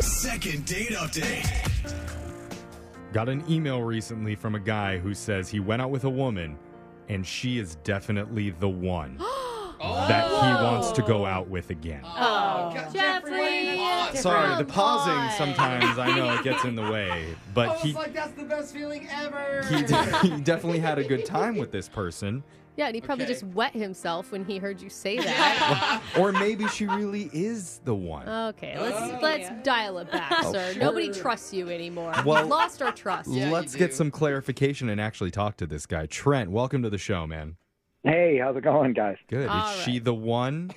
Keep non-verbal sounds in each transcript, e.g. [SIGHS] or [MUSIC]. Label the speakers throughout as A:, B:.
A: Second date update.
B: Got an email recently from a guy who says he went out with a woman and she is definitely the
C: [GASPS]
B: one that
C: Oh.
B: he wants to go out with again.
D: Oh,
C: Jeffrey.
D: Jeffrey.
B: Sorry, the
C: Different
B: pausing
C: one.
B: sometimes I know it gets in the way,
D: I
C: [LAUGHS] Oh,
B: but
D: was
B: he
D: like, that's the best feeling ever.
B: he, de- [LAUGHS] he definitely had a good time with this person.
C: Yeah, and he probably
D: Okay.
C: just wet himself when he heard you
D: [LAUGHS]
C: say that.
B: Or maybe she really is the one.
C: okay, let's
D: Oh.
C: let's dial it back,
B: Oh,
C: sir.
B: sure.
C: Nobody trusts you anymore.
B: Well-
C: We've lost our trust.
D: you
B: Let's get
D: do.
B: some clarification and actually talk to this guy. Trent, welcome to the show, man.
E: Hey, how's it going, guys?
B: Good.
C: All
B: is she
C: right.
B: the one?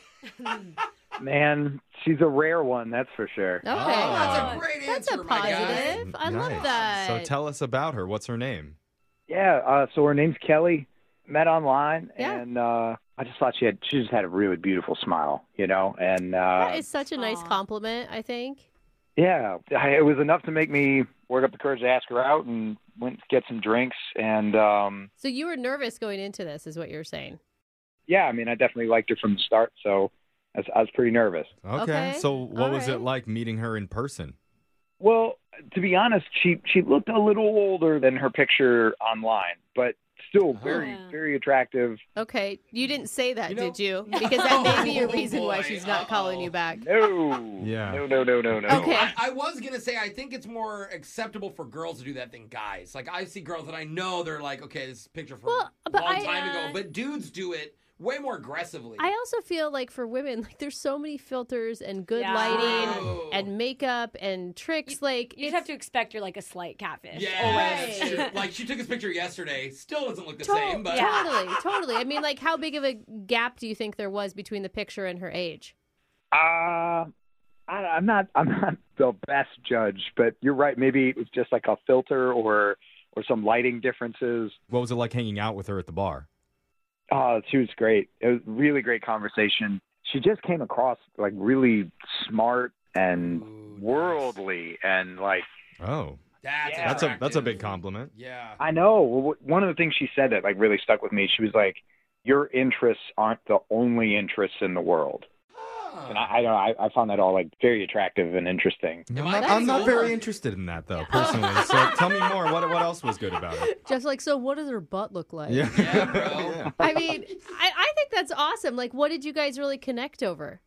E: Man, she's a rare one, that's for sure.
C: Okay.
D: that's a great
C: That's
D: answer,
C: a
D: my guy.
C: positive. I
B: Ah. Nice.
C: love that.
B: So tell us about her. What's her name?
E: Yeah, uh, so her name's Kelly. Met online,
C: Yeah.
E: and uh, I just thought she had she just had a really beautiful smile, you know. And uh,
C: that is such a nice compliment, I think.
E: yeah, I, it was enough to make me work up the courage to ask her out, and went to get some drinks. And um,
C: So you were nervous going into this, is what you're saying.
E: yeah, I mean, I definitely liked her from the start, so I was, I was pretty nervous.
B: Okay.
C: Okay.
B: So what
C: All
B: was it
C: right.
B: like meeting her in person?
E: Well, to be honest, she she looked a little older than her picture online, but still very
F: Yeah.
E: very attractive.
C: Okay. You didn't say that,
B: You know-
C: did you?
D: [LAUGHS]
C: Because that may be a
D: Oh,
C: reason why
D: boy.
C: she's not calling
D: Uh-oh.
C: you back.
E: No.
B: Yeah.
E: No, no, no, no, no.
C: Okay.
D: Oh, I, I was gonna say I think it's more acceptable for girls to do that than guys. Like I see girls that I know they're like, okay, this is a picture from
C: Well,
D: a
C: but
D: long
C: I,
D: time
F: uh,
D: ago, but dudes do it way more aggressively.
C: I also feel like for women, [LAUGHS] like there's so many filters and good
F: Yeah.
C: lighting
D: Oh.
C: and makeup and tricks. like
F: You just have to expect you're like a slight catfish.
D: yeah, that's
C: Right.
D: true.
F: [LAUGHS]
D: like she took his picture yesterday. Still doesn't look the
C: Tot-
D: same, but
F: [LAUGHS] Yeah.
C: totally, totally. I mean, like, how big of a gap do you think there was between the picture and her age?
E: Uh, I, I'm not. I'm not the best judge, but you're right. Maybe it was just like a filter or or some lighting differences.
B: What was it like hanging out with her at the bar?
E: Oh, she was great. It was really great conversation. She just came across like really smart and
D: Ooh, nice.
E: worldly, and like
B: Oh,
D: That's,
E: Yeah.
B: that's a that's a big
D: attractive.
B: compliment.
D: Yeah.
E: I know Well, wh- one of the things she said that like really stuck with me. She was like, "Your interests aren't the only interests in the world," and I I, don't know, I, I found that all like very attractive and interesting.
B: No,
D: Am
B: I'm
D: I
B: not,
C: getting
B: I'm not
D: older?
B: very interested in that though,
C: [LAUGHS]
B: personally. So tell me more. What what else was good about it?
C: Just like, so what does her butt look like?
D: Yeah,
B: [LAUGHS]
D: bro.
B: Yeah.
C: I mean, I, I think that's awesome. Like, what did you guys really connect over?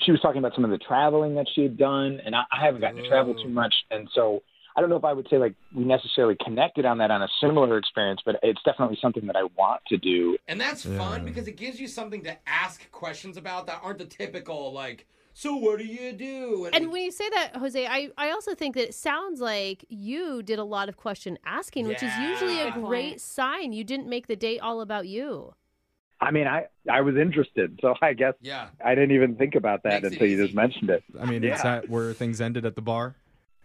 E: she was talking about some of the traveling that she had done, and I, I haven't gotten to travel
D: Oh.
E: too much, and so I don't know if I would say like we necessarily connected on that on a similar experience, but it's definitely something that I want to do.
D: And that's
B: Yeah.
D: fun because it gives you something to ask questions about that aren't the typical like. So what do you do?
C: And when you say that, Jose, I, I also think that it sounds like you did a lot of question asking, which is usually a
D: Yeah.
F: Good point.
C: great sign. You didn't make the date all about you.
E: I mean, I I was interested, so I guess
D: yeah.
E: I didn't even think about that
D: Makes it
E: until you
D: easy.
E: just mentioned it.
B: I mean, is
E: Yeah.
B: that where things ended at the bar?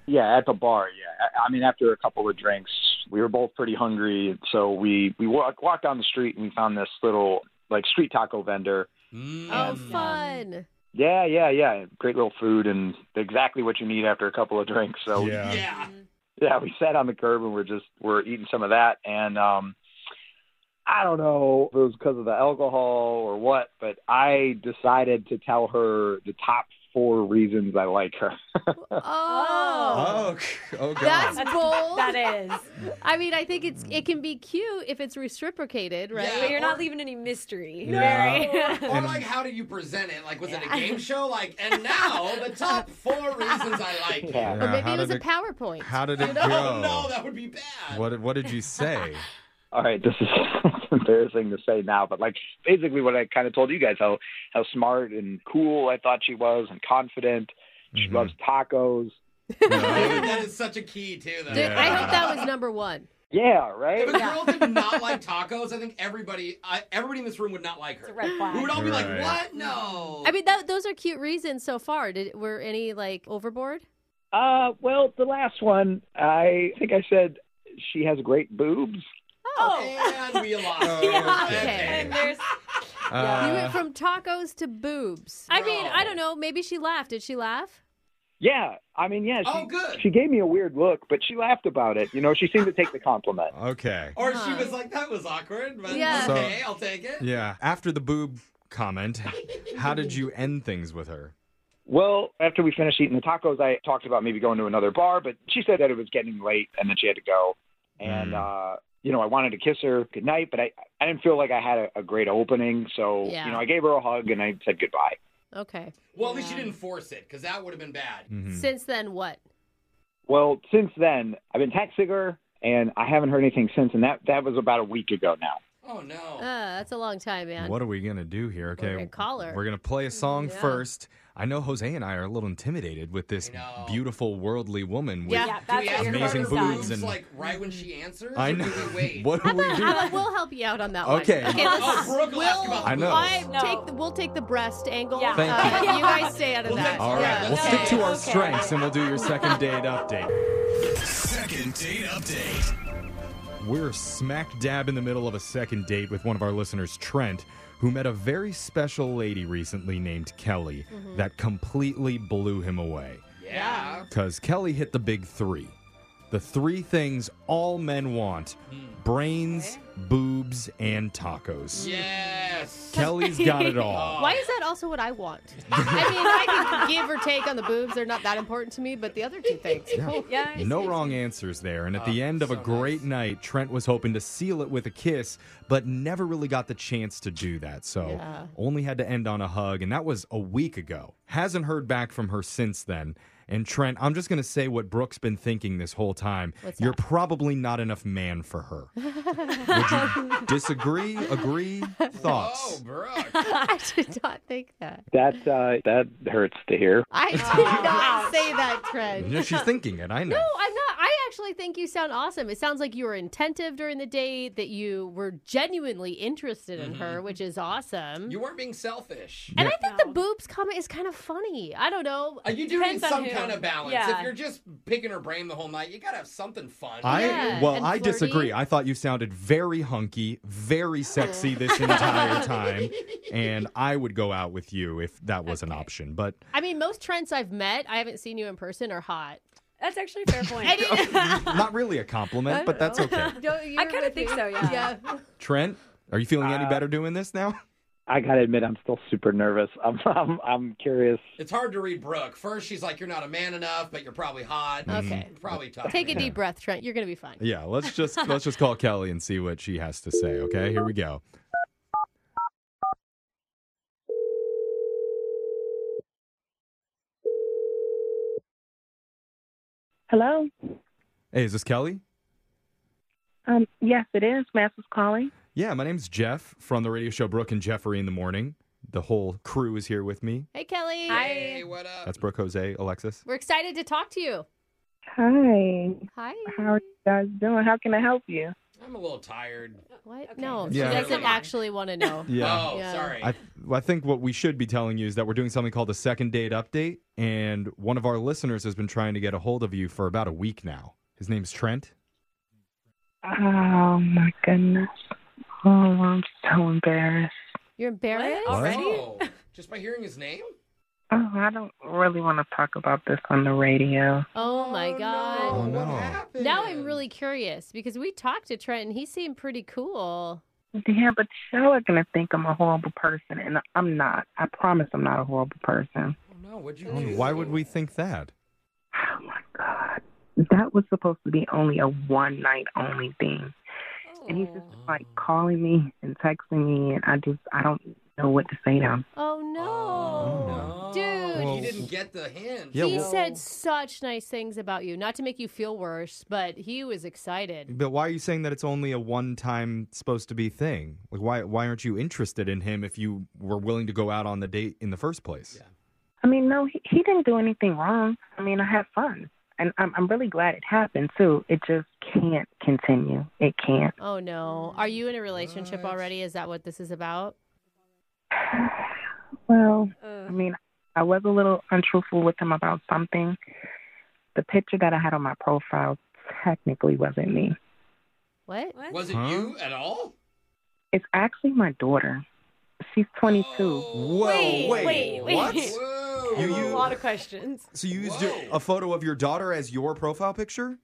E: Yeah, at the bar. Yeah, I, I mean, after a couple of drinks, we were both pretty hungry, so we we walked walked down the street and we found this little like street taco vendor.
C: Oh,
B: Um,
D: Mm.
C: fun.
E: Yeah, yeah, yeah. Great little food and exactly what you need after a couple of drinks. So
B: Yeah.
D: Yeah.
F: Mm-hmm.
E: yeah, we sat on the curb and we're just we're eating some of that and um I don't know if it was because of the alcohol or what, but I decided to tell her the top four reasons I like her. [LAUGHS]
C: Oh.
B: Oh, c- oh god.
C: That's
F: That's-
C: bold.
F: That is.
B: Oh.
C: I mean, I think it's it can be cute if it's reciprocated, right?
D: Yeah.
F: But you're
D: Or-
F: not leaving any mystery. [LAUGHS]
B: Yeah.
F: Right?
D: Or
B: And-
D: Oh, like, how do you present it? Like, was it a
F: Yeah.
D: game show? Like, and now the top four reasons I like. you.
E: Yeah.
C: Or
B: Yeah,
C: maybe
B: how
C: it was
B: did
C: a PowerPoint.
B: How did it
D: No,
B: go?
D: no, that would be bad.
B: What what did you
C: [LAUGHS]
B: say?
E: All right, this is [LAUGHS] embarrassing to say now, but like basically what I kind of told you guys how how smart and cool I thought she was and confident. She
B: Mhm.
E: loves tacos.
D: Dude, [LAUGHS] that is such a key too, though.
C: Dude,
B: Yeah.
C: I hope that was number one.
E: Yeah,
D: If
E: right.
D: a girl did not like tacos, I think everybody, I, everybody in this room would not like
F: It's
D: her.
F: a red
D: We
F: flag.
D: would all be like,
B: Right.
D: "What? No."
C: I mean, that, those are cute reasons so far. Did were any like overboard?
E: Uh, well, the last one I think I said she has great boobs.
D: and we lost. her.
B: Yeah,
F: [LAUGHS]
C: okay.
F: And there's,
C: you
B: Uh,
C: went from tacos to boobs. I mean,
D: Bro.
C: I don't know. Maybe she laughed. Did she laugh?
E: Yeah, I mean, yeah. She,
D: Oh, good.
E: She gave me a weird look, but she laughed about it. You know, she seemed to take the compliment.
C: [LAUGHS]
B: okay.
D: Or she
C: Huh.
D: was like, "That was awkward," but
C: Yeah.
B: So-
D: okay, I'll take it.
B: Yeah. After the boob comment, how did you end things with her?
E: Well, after we finished eating the tacos, I talked about maybe going to another bar, but she said that it was getting late and that she had to go. And, uh, you know, I wanted to kiss her goodnight, but I, I didn't feel like I had a, a great opening. So,
C: Yeah.
E: you know, I gave her a hug and I said goodbye.
C: Okay.
D: Well, at least you
F: Yeah.
D: didn't force it, because that would have been bad.
B: Mhm.
C: Since then, what?
E: Well, since then, I've been texting her and I haven't heard anything since. And that, that was about a week ago now.
D: Oh no.
C: Uh, that's a long time, man.
B: What are we gonna do here? Okay,
C: gonna call her.
B: We're gonna play a song
C: Yeah.
B: first. I know Jose and I are a little intimidated with this
D: I know.
B: beautiful, worldly woman. With,
C: Yeah.
F: Yeah,
D: do
F: that's
D: we
F: what
D: ask
F: your
D: her
B: amazing
D: about her
F: partner's
B: boobs
D: boobs
B: and-
D: like right when she answers?
B: I
D: or
B: know.
D: Do we
B: [LAUGHS]
D: wait?
B: What do we do?
C: How about- we'll help you out on that one.
B: Okay.
C: Okay.
D: Oh,
C: Let's,
D: Brooke will ask about
B: I know.
C: I
F: No.
C: take the, we'll take the breast angle.
F: Yeah.
B: Thank
C: uh,
F: you.
C: you guys stay out of that.
D: Well, that's-
B: All right,
D: Yeah.
B: we'll
F: Okay,
B: stick to our
F: okay.
B: strengths and we'll do your second date update.
A: Second date update.
B: We're smack dab in the middle of a second date with one of our listeners, Trent, who met a very special lady recently named Kelly
C: Mm-hmm.
B: that completely blew him away.
D: Yeah.
B: Because Kelly hit the big three. The three things all men want brains, boobs, and tacos.
D: Yes.
B: Kelly's got it all.
C: Why is that also what I want? [LAUGHS] I mean, I can give or take on the boobs. They're not that important to me, but the other two things.
B: Yeah.
F: Yeah.
B: No wrong answers there. And at the
D: Oh,
B: end of a
D: so
B: great
D: nice.
B: night, Trent was hoping to seal it with a kiss, but never really got the chance to do that. So
C: Yeah.
B: only had to end on a hug. And that was a week ago. Hasn't heard back from her since then. And Trent, I'm just going to say what Brooke's been thinking this whole time.
C: What's
B: You're
C: that?
B: probably not enough man for her.
C: [LAUGHS]
B: Would you disagree, agree,
D: Oh,
B: thoughts?
D: Brooke.
C: [LAUGHS] I did not think that.
E: That, uh, that hurts to hear.
C: I did not say that, Trent.
B: Yeah, she's thinking it. I know.
C: No, I'm not. I actually think you sound awesome. It sounds like you were attentive during the date, that you were genuinely interested in
B: Mm-hmm.
C: her, which is awesome.
D: You weren't being selfish.
C: and I think the
F: No.
C: boobs comment is kind of funny. I don't know.
D: Uh, you do need
F: Depends on
D: some
F: who.
D: kind of balance.
F: Yeah.
D: If you're just picking her brain the whole night, you gotta have something fun.
B: I
C: Yeah,
B: well,
C: and
B: I
C: flirty.
B: disagree. I thought you sounded very hunky, very sexy this
C: [LAUGHS]
B: entire time, and I would go out with you if that was an option. But [LAUGHS]
C: I mean, most Trents I've met, I haven't seen you in person, are hot.
F: That's actually a fair point. [LAUGHS]
C: I didn't-
B: not really a compliment, but that's okay.
C: [LAUGHS] Don't you
F: I kinda
C: with
F: think
C: me?
F: so, yeah.
C: Yeah.
B: Trent, are you feeling any
E: Uh,
B: better doing this now? [LAUGHS]
E: I got to admit, I'm still super nervous. [LAUGHS] I'm, I'm, I'm curious.
D: It's hard to read Brooke. First, she's like, "You're not a man enough, but you're probably hot."
B: Mm-hmm.
C: Okay.
D: Probably tough.
C: Take a deep breath, Trent. You're going to be fine.
B: Yeah, let's just let's just call Kelly and see what she has to say. Okay, here we go.
G: Hello.
B: Hey, is this Kelly?
G: Um, yes, it is. Master's calling.
B: Yeah, my name's Jeff from the radio show Brooke and Jeffrey in the morning. The whole crew is here with me.
C: Hey, Kelly.
D: Hey, what up?
B: That's Brooke, Jose, Alexis.
C: We're excited to talk to you.
G: Hi.
C: Hi.
G: How are you guys doing? How can I help you?
D: I'm a little tired.
C: What?
F: Okay.
C: No,
B: Yeah.
C: she doesn't
D: Never mind.
C: actually want
B: [LAUGHS]
C: to know.
D: Oh,
C: Yeah.
D: sorry.
B: I, I think what we should be telling you is that we're doing something called a second date update, and one of our listeners has been trying to get a hold of you for about a week now. His name's Trent.
G: Oh my goodness. Oh, I'm so embarrassed.
C: You're embarrassed?
F: What? Already?
D: Oh, just by hearing his name?
G: Oh, I don't really want to talk about this on the radio.
C: Oh, my God.
B: Oh, no.
D: What happened?
C: Now I'm really curious because we talked to Trent and he seemed pretty cool.
G: Yeah, but y'all are gonna think I'm a horrible person, and I'm not. I promise, I'm not a horrible person.
D: Oh, no, what'd you
B: Oh,
D: do?
B: Why would we think that?
G: Oh my god, that was supposed to be only a one night only thing. And he's just like calling me and texting me, and I just I don't know what to say to him.
C: Oh no.
D: Oh,
C: Dude.
D: he didn't get the hint.
B: Yeah,
C: he
B: well-
C: said such nice things about you. Not to make you feel worse, but he was excited.
B: But why are you saying that it's only a one-time supposed to be thing? Like, why why aren't you interested in him if you were willing to go out on the date in the first place?
D: Yeah.
G: I mean, no, he, he didn't do anything wrong. I mean, I had fun, and I'm I'm really glad it happened too. It just can't continue. It can't.
C: Oh no. Are you in a relationship
D: What?
C: already? Is that what this is about?
G: Well, I
F: Ugh.
G: mean, I was a little untruthful with him about something. The picture that I had on my profile technically wasn't me.
C: What?
F: What?
D: Was it
B: Huh?
D: you at all?
G: It's actually my daughter. She's 22.
D: Oh,
F: Wait,
B: wait,
F: wait, wait.
B: what?
D: Whoa.
F: I have
B: You-
F: a
B: you-
F: lot of questions.
B: [LAUGHS] So you used
D: Whoa.
B: a photo of your daughter as
F: [LAUGHS]
B: your profile picture?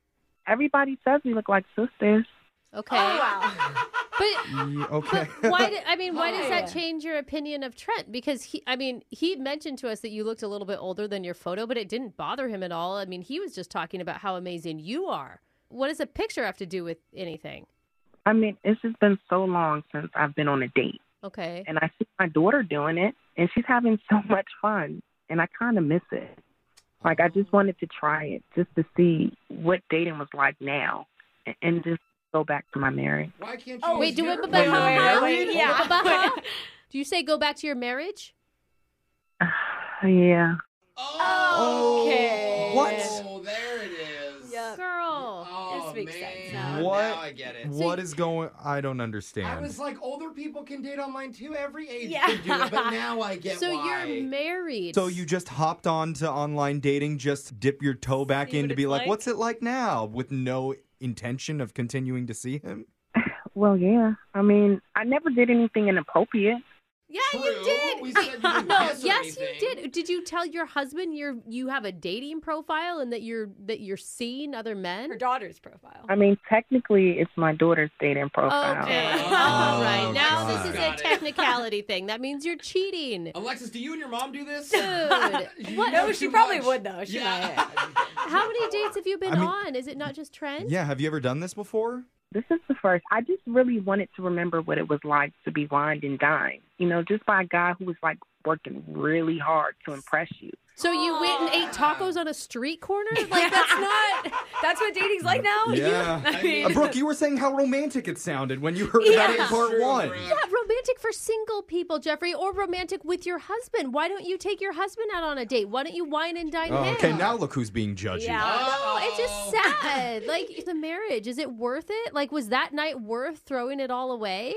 G: Everybody says we look like sisters.
C: Okay.
F: Oh wow.
C: But
B: Ye- okay.
C: why? Do, I mean, why does that
F: Hi.
C: change your opinion of Trent? Because he, I mean, he mentioned to us that you looked a little bit older than your photo, but it didn't bother him at all. I mean, he was just talking about how amazing you are. What does a picture have to do with anything?
G: I mean, it's just been so long since I've been on a date.
C: Okay.
G: And I see my daughter doing it, and she's having so [LAUGHS] much fun. And I kind of miss it. Like, I just wanted to try it just to see what dating was like now and, and just go back to my marriage.
D: Why can't you?
F: Oh,
C: Wait, do
D: use
C: it,
D: your-
C: but- Wait, wait, wait,
F: wait, wait. Yeah. [LAUGHS]
C: Ba-ba-ba. Do you say go back to your marriage?
G: yeah.
D: Oh,
F: Okay.
D: Oh, there it is.
F: Yep.
C: Girl.
D: Oh,
F: This makes
D: man.
F: sense now.
B: What?
D: Now I
B: [LAUGHS]
D: get it.
B: What is going? I don't
D: I
B: understand.
D: was like, older people can date online too. Every age
F: Yeah.
D: can do it, but now I get
C: So
D: why.
C: you're married.
B: so you just hopped on to online dating, just dip your toe back
F: See
B: in
F: what
B: to be
F: it's
B: like,
F: like?
B: what's it like now? With no intention of continuing to see him.
G: Well, yeah. I mean, I never did anything inappropriate.
C: Yeah,
D: True.
C: you did. [LAUGHS]
D: We said you didn't
C: No,
D: kiss or
C: yes, you
D: anything.
C: did. Did you tell your husband you're you have a dating profile and that you're that you're seeing other
F: Her
C: men?
F: daughter's profile.
G: I mean, technically, it's my daughter's dating profile.
C: Okay.
D: Oh,
C: All right. Now
B: God.
C: this is
D: Got
C: a
D: it.
C: technicality thing. That means you're cheating.
D: Alexis, do you and your mom do this? [LAUGHS]
C: Dude, what?
F: No,
D: know
F: she
D: too
F: probably
D: much.
F: would though. She
D: Yeah. [LAUGHS]
C: How many dates have you been
B: I mean-
C: on? Is it not just Trent?
B: Yeah, have you ever done this before?
G: This is the first. I just really wanted to remember what it was like to be wined and dined, you know, just by a guy who was like working really hard to impress you.
C: So you went and ate tacos on a street corner? Like that's not. [LAUGHS]
F: might. That's what dating's like now. [LAUGHS]
B: Yeah.
F: I mean,
B: Uh, Brooke, you were saying how romantic it sounded when you heard about it in
F: Yeah.
B: part
D: True,
B: one.
D: Brooke.
C: Yeah, romantic for single people, Jeffrey, or romantic with your husband. Why don't you take your husband out on a date? Why don't you wine and dine
B: Oh,
C: him?
B: okay, now look who's being judgy.
F: Yeah.
C: No, it's
D: Oh.
C: just sad. like the marriage, is it worth it? Like, was that night worth throwing it all away?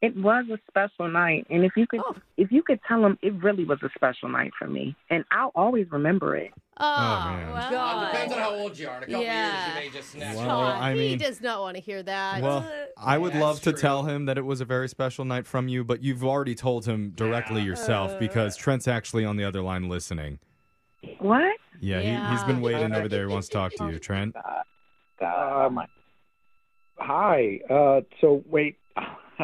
G: It was a special night, and if you could,
C: Oh.
G: if you could tell him, it really was a special night for me, and I'll always remember it.
C: Oh,
B: man.
C: well.
D: Uh, depends on how old you are. In a couple
C: Yeah.
D: years, you may just snatch
B: Wow.
D: it.
B: Well, I
C: he
B: mean-
C: does not want to hear that.
D: [LAUGHS]
B: Well,
D: uh,
B: I would
D: Yeah,
B: love
D: that's
B: to
D: true.
B: tell him that it was a very special night from you, but you've already told him directly yourself because Trent's actually on the other line listening.
G: What?
B: Yeah, He, he's
C: Yeah.
B: been waiting over there. He wants to talk to you, Trent.
E: Um, hi. Uh, so wait. [LAUGHS]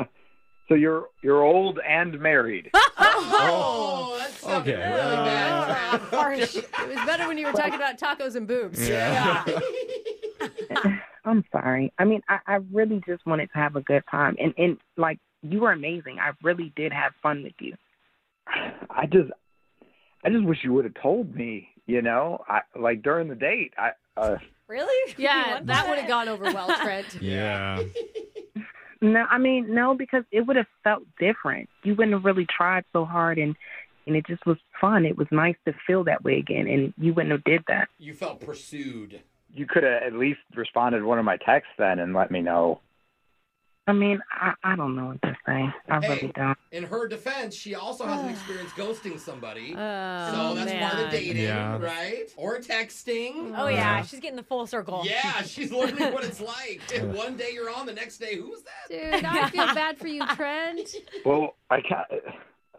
E: so you're you're old and married.
D: Oh, that sounded
B: Okay,
D: really
B: well,
C: [LAUGHS]
D: bad.
F: harsh.
C: it was better when you were talking about tacos and boobs.
B: uh, Yeah.
G: I'm sorry. I mean, I, I really just wanted to have a good time, and and like you were amazing. I really did have fun with you.
E: I just I just wish you would have told me. You know, I like during the date. I uh,
F: Really? [LAUGHS] You
C: Yeah,
F: want
C: that would have gone over well,
F: [LAUGHS]
C: Trent.
B: Yeah.
G: No, I mean no, because it would have felt different. You wouldn't have really tried so hard, and and it just was fun. It was nice to feel that way again, and you wouldn't have did that.
D: [LAUGHS] You felt pursued.
E: you could have at least responded to one of my texts then and let me know.
G: I mean, I I don't know what to say. I
D: Hey.
G: really don't.
D: In her defense, she
C: [SIGHS]
D: also hasn't experienced ghosting somebody.
C: Oh,
D: so that's
C: man.
D: part of dating,
B: Yeah.
D: right? Or texting.
F: Oh yeah,
B: Yeah.
F: she's getting the full circle.
C: Oh.
D: Yeah, she's learning what
B: [LAUGHS]
D: it's like. And one day you're on, the next day, who's that?
C: Dude, I feel bad for you,
F: [LAUGHS]
C: Trent.
E: Well, I got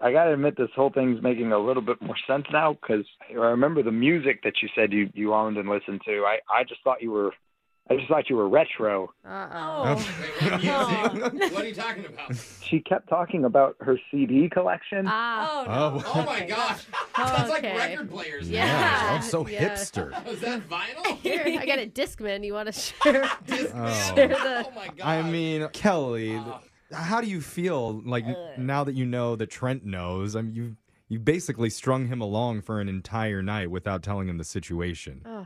E: I got to admit this whole thing's making a little bit more sense now because I remember the music that you said you you owned and listened to. I I just thought you were I just thought you were retro.
C: Uh-oh.
F: Oh.
D: Wait,
C: [LAUGHS]
D: what, music? what are you talking about?
E: She kept talking about her CD collection.
C: Ah.
F: Oh, no.
B: Oh,
D: Oh my gosh. That's like
C: Okay.
D: record players.
C: Yeah. [LAUGHS]
B: yeah. Oh, so
C: Yeah.
B: hipster.
D: [LAUGHS] Is that vinyl?
C: [LAUGHS] Here, I got a Discman. You want to
D: [LAUGHS]
C: share?
B: Oh.
D: Oh my gosh.
B: I mean, Kelly, th- how do you feel like n- now that you know that Trent knows? I mean, you you basically strung him along for an entire night without telling him the situation.
C: Ah.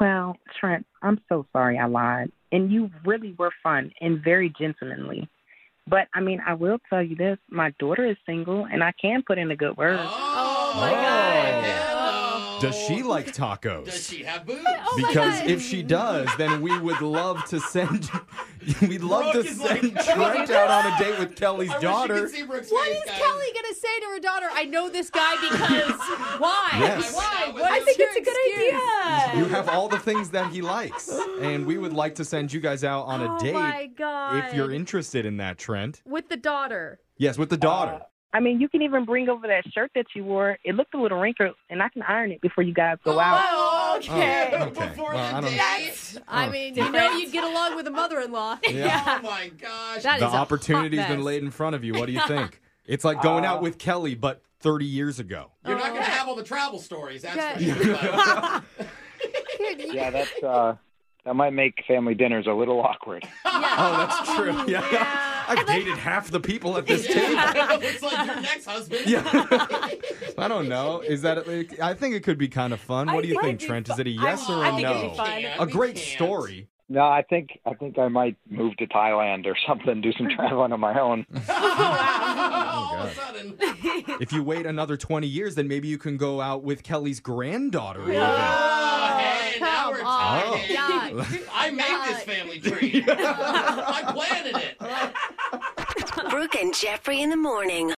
G: Well, Trent, I'm so sorry I lied. And you really were fun and very gentlemanly. But I mean, I will tell you this my daughter is single and I can put in a good word.
D: Oh,
B: my God.
D: Hello.
B: Does she like tacos?
D: Does she have boobs?
C: Oh. my
B: because
C: God.
B: if she does, then we would love to send [LAUGHS] we'd love
D: [LAUGHS] Brooke
B: to
D: is like-
B: send Trent out on a date with Kelly's
D: I Wish you
B: daughter.
D: could see Brooke's
C: What
D: face,
C: is
D: guys.
C: Kelly going to say to her daughter? I know this guy because why?
B: Yes.
C: Why?
D: I
F: I
C: What is
F: think
C: your
F: it's a good
C: excuse?
B: You
F: idea.
B: have all the things that he likes, and we would like to send you guys out on a
C: oh
B: date
C: my god!
B: if you're interested in that, Trent.
C: with the daughter.
B: Yes, with the daughter.
G: I mean, you can even bring over that shirt that you wore. It looked a little wrinkled and I can iron it before you guys go out.
F: Oh, okay.
B: Okay. [LAUGHS]
D: Before
B: Well, I
D: the
B: don't-
D: date.
C: I mean, you know, you'd get along with a mother-in-law.
D: Oh my
C: [LAUGHS]
D: gosh.
C: That
B: the
C: is a hot
B: opportunity's been
C: mess.
B: laid in front of you. What do you think? it's like going out with Kelly, but 30 years ago.
D: You're not going to have all the travel stories. That's
C: Yeah.
D: for sure. but-
C: Here, you-
E: Yeah, that's uh, that might make family dinners a little awkward.
B: Oh, that's true. [LAUGHS] Yeah. I've dated half the people at
D: [LAUGHS]
B: this table.
D: it's like your next husband.
B: Yeah. [LAUGHS] I don't know. Is that, I think it could be kind of fun. What do you think, Trent? Is it a yes or a
F: I think it'd
B: no?
F: be fun.
D: Yeah.
B: A
D: We
B: great
D: can't.
B: story.
E: No, I think I think I might move to Thailand or [LAUGHS] something, do some traveling on my own.
D: [LAUGHS]
B: Oh,
D: all of a sudden.
B: If you wait another 20 years, then maybe you can go out with Kelly's granddaughter. even.
D: Oh, hey, now
C: come
D: we're
C: on.
B: Oh.
D: talking.
C: Yeah.
D: [LAUGHS] I made this family tree. I planted it.
H: Brooke and Jeffrey in the morning.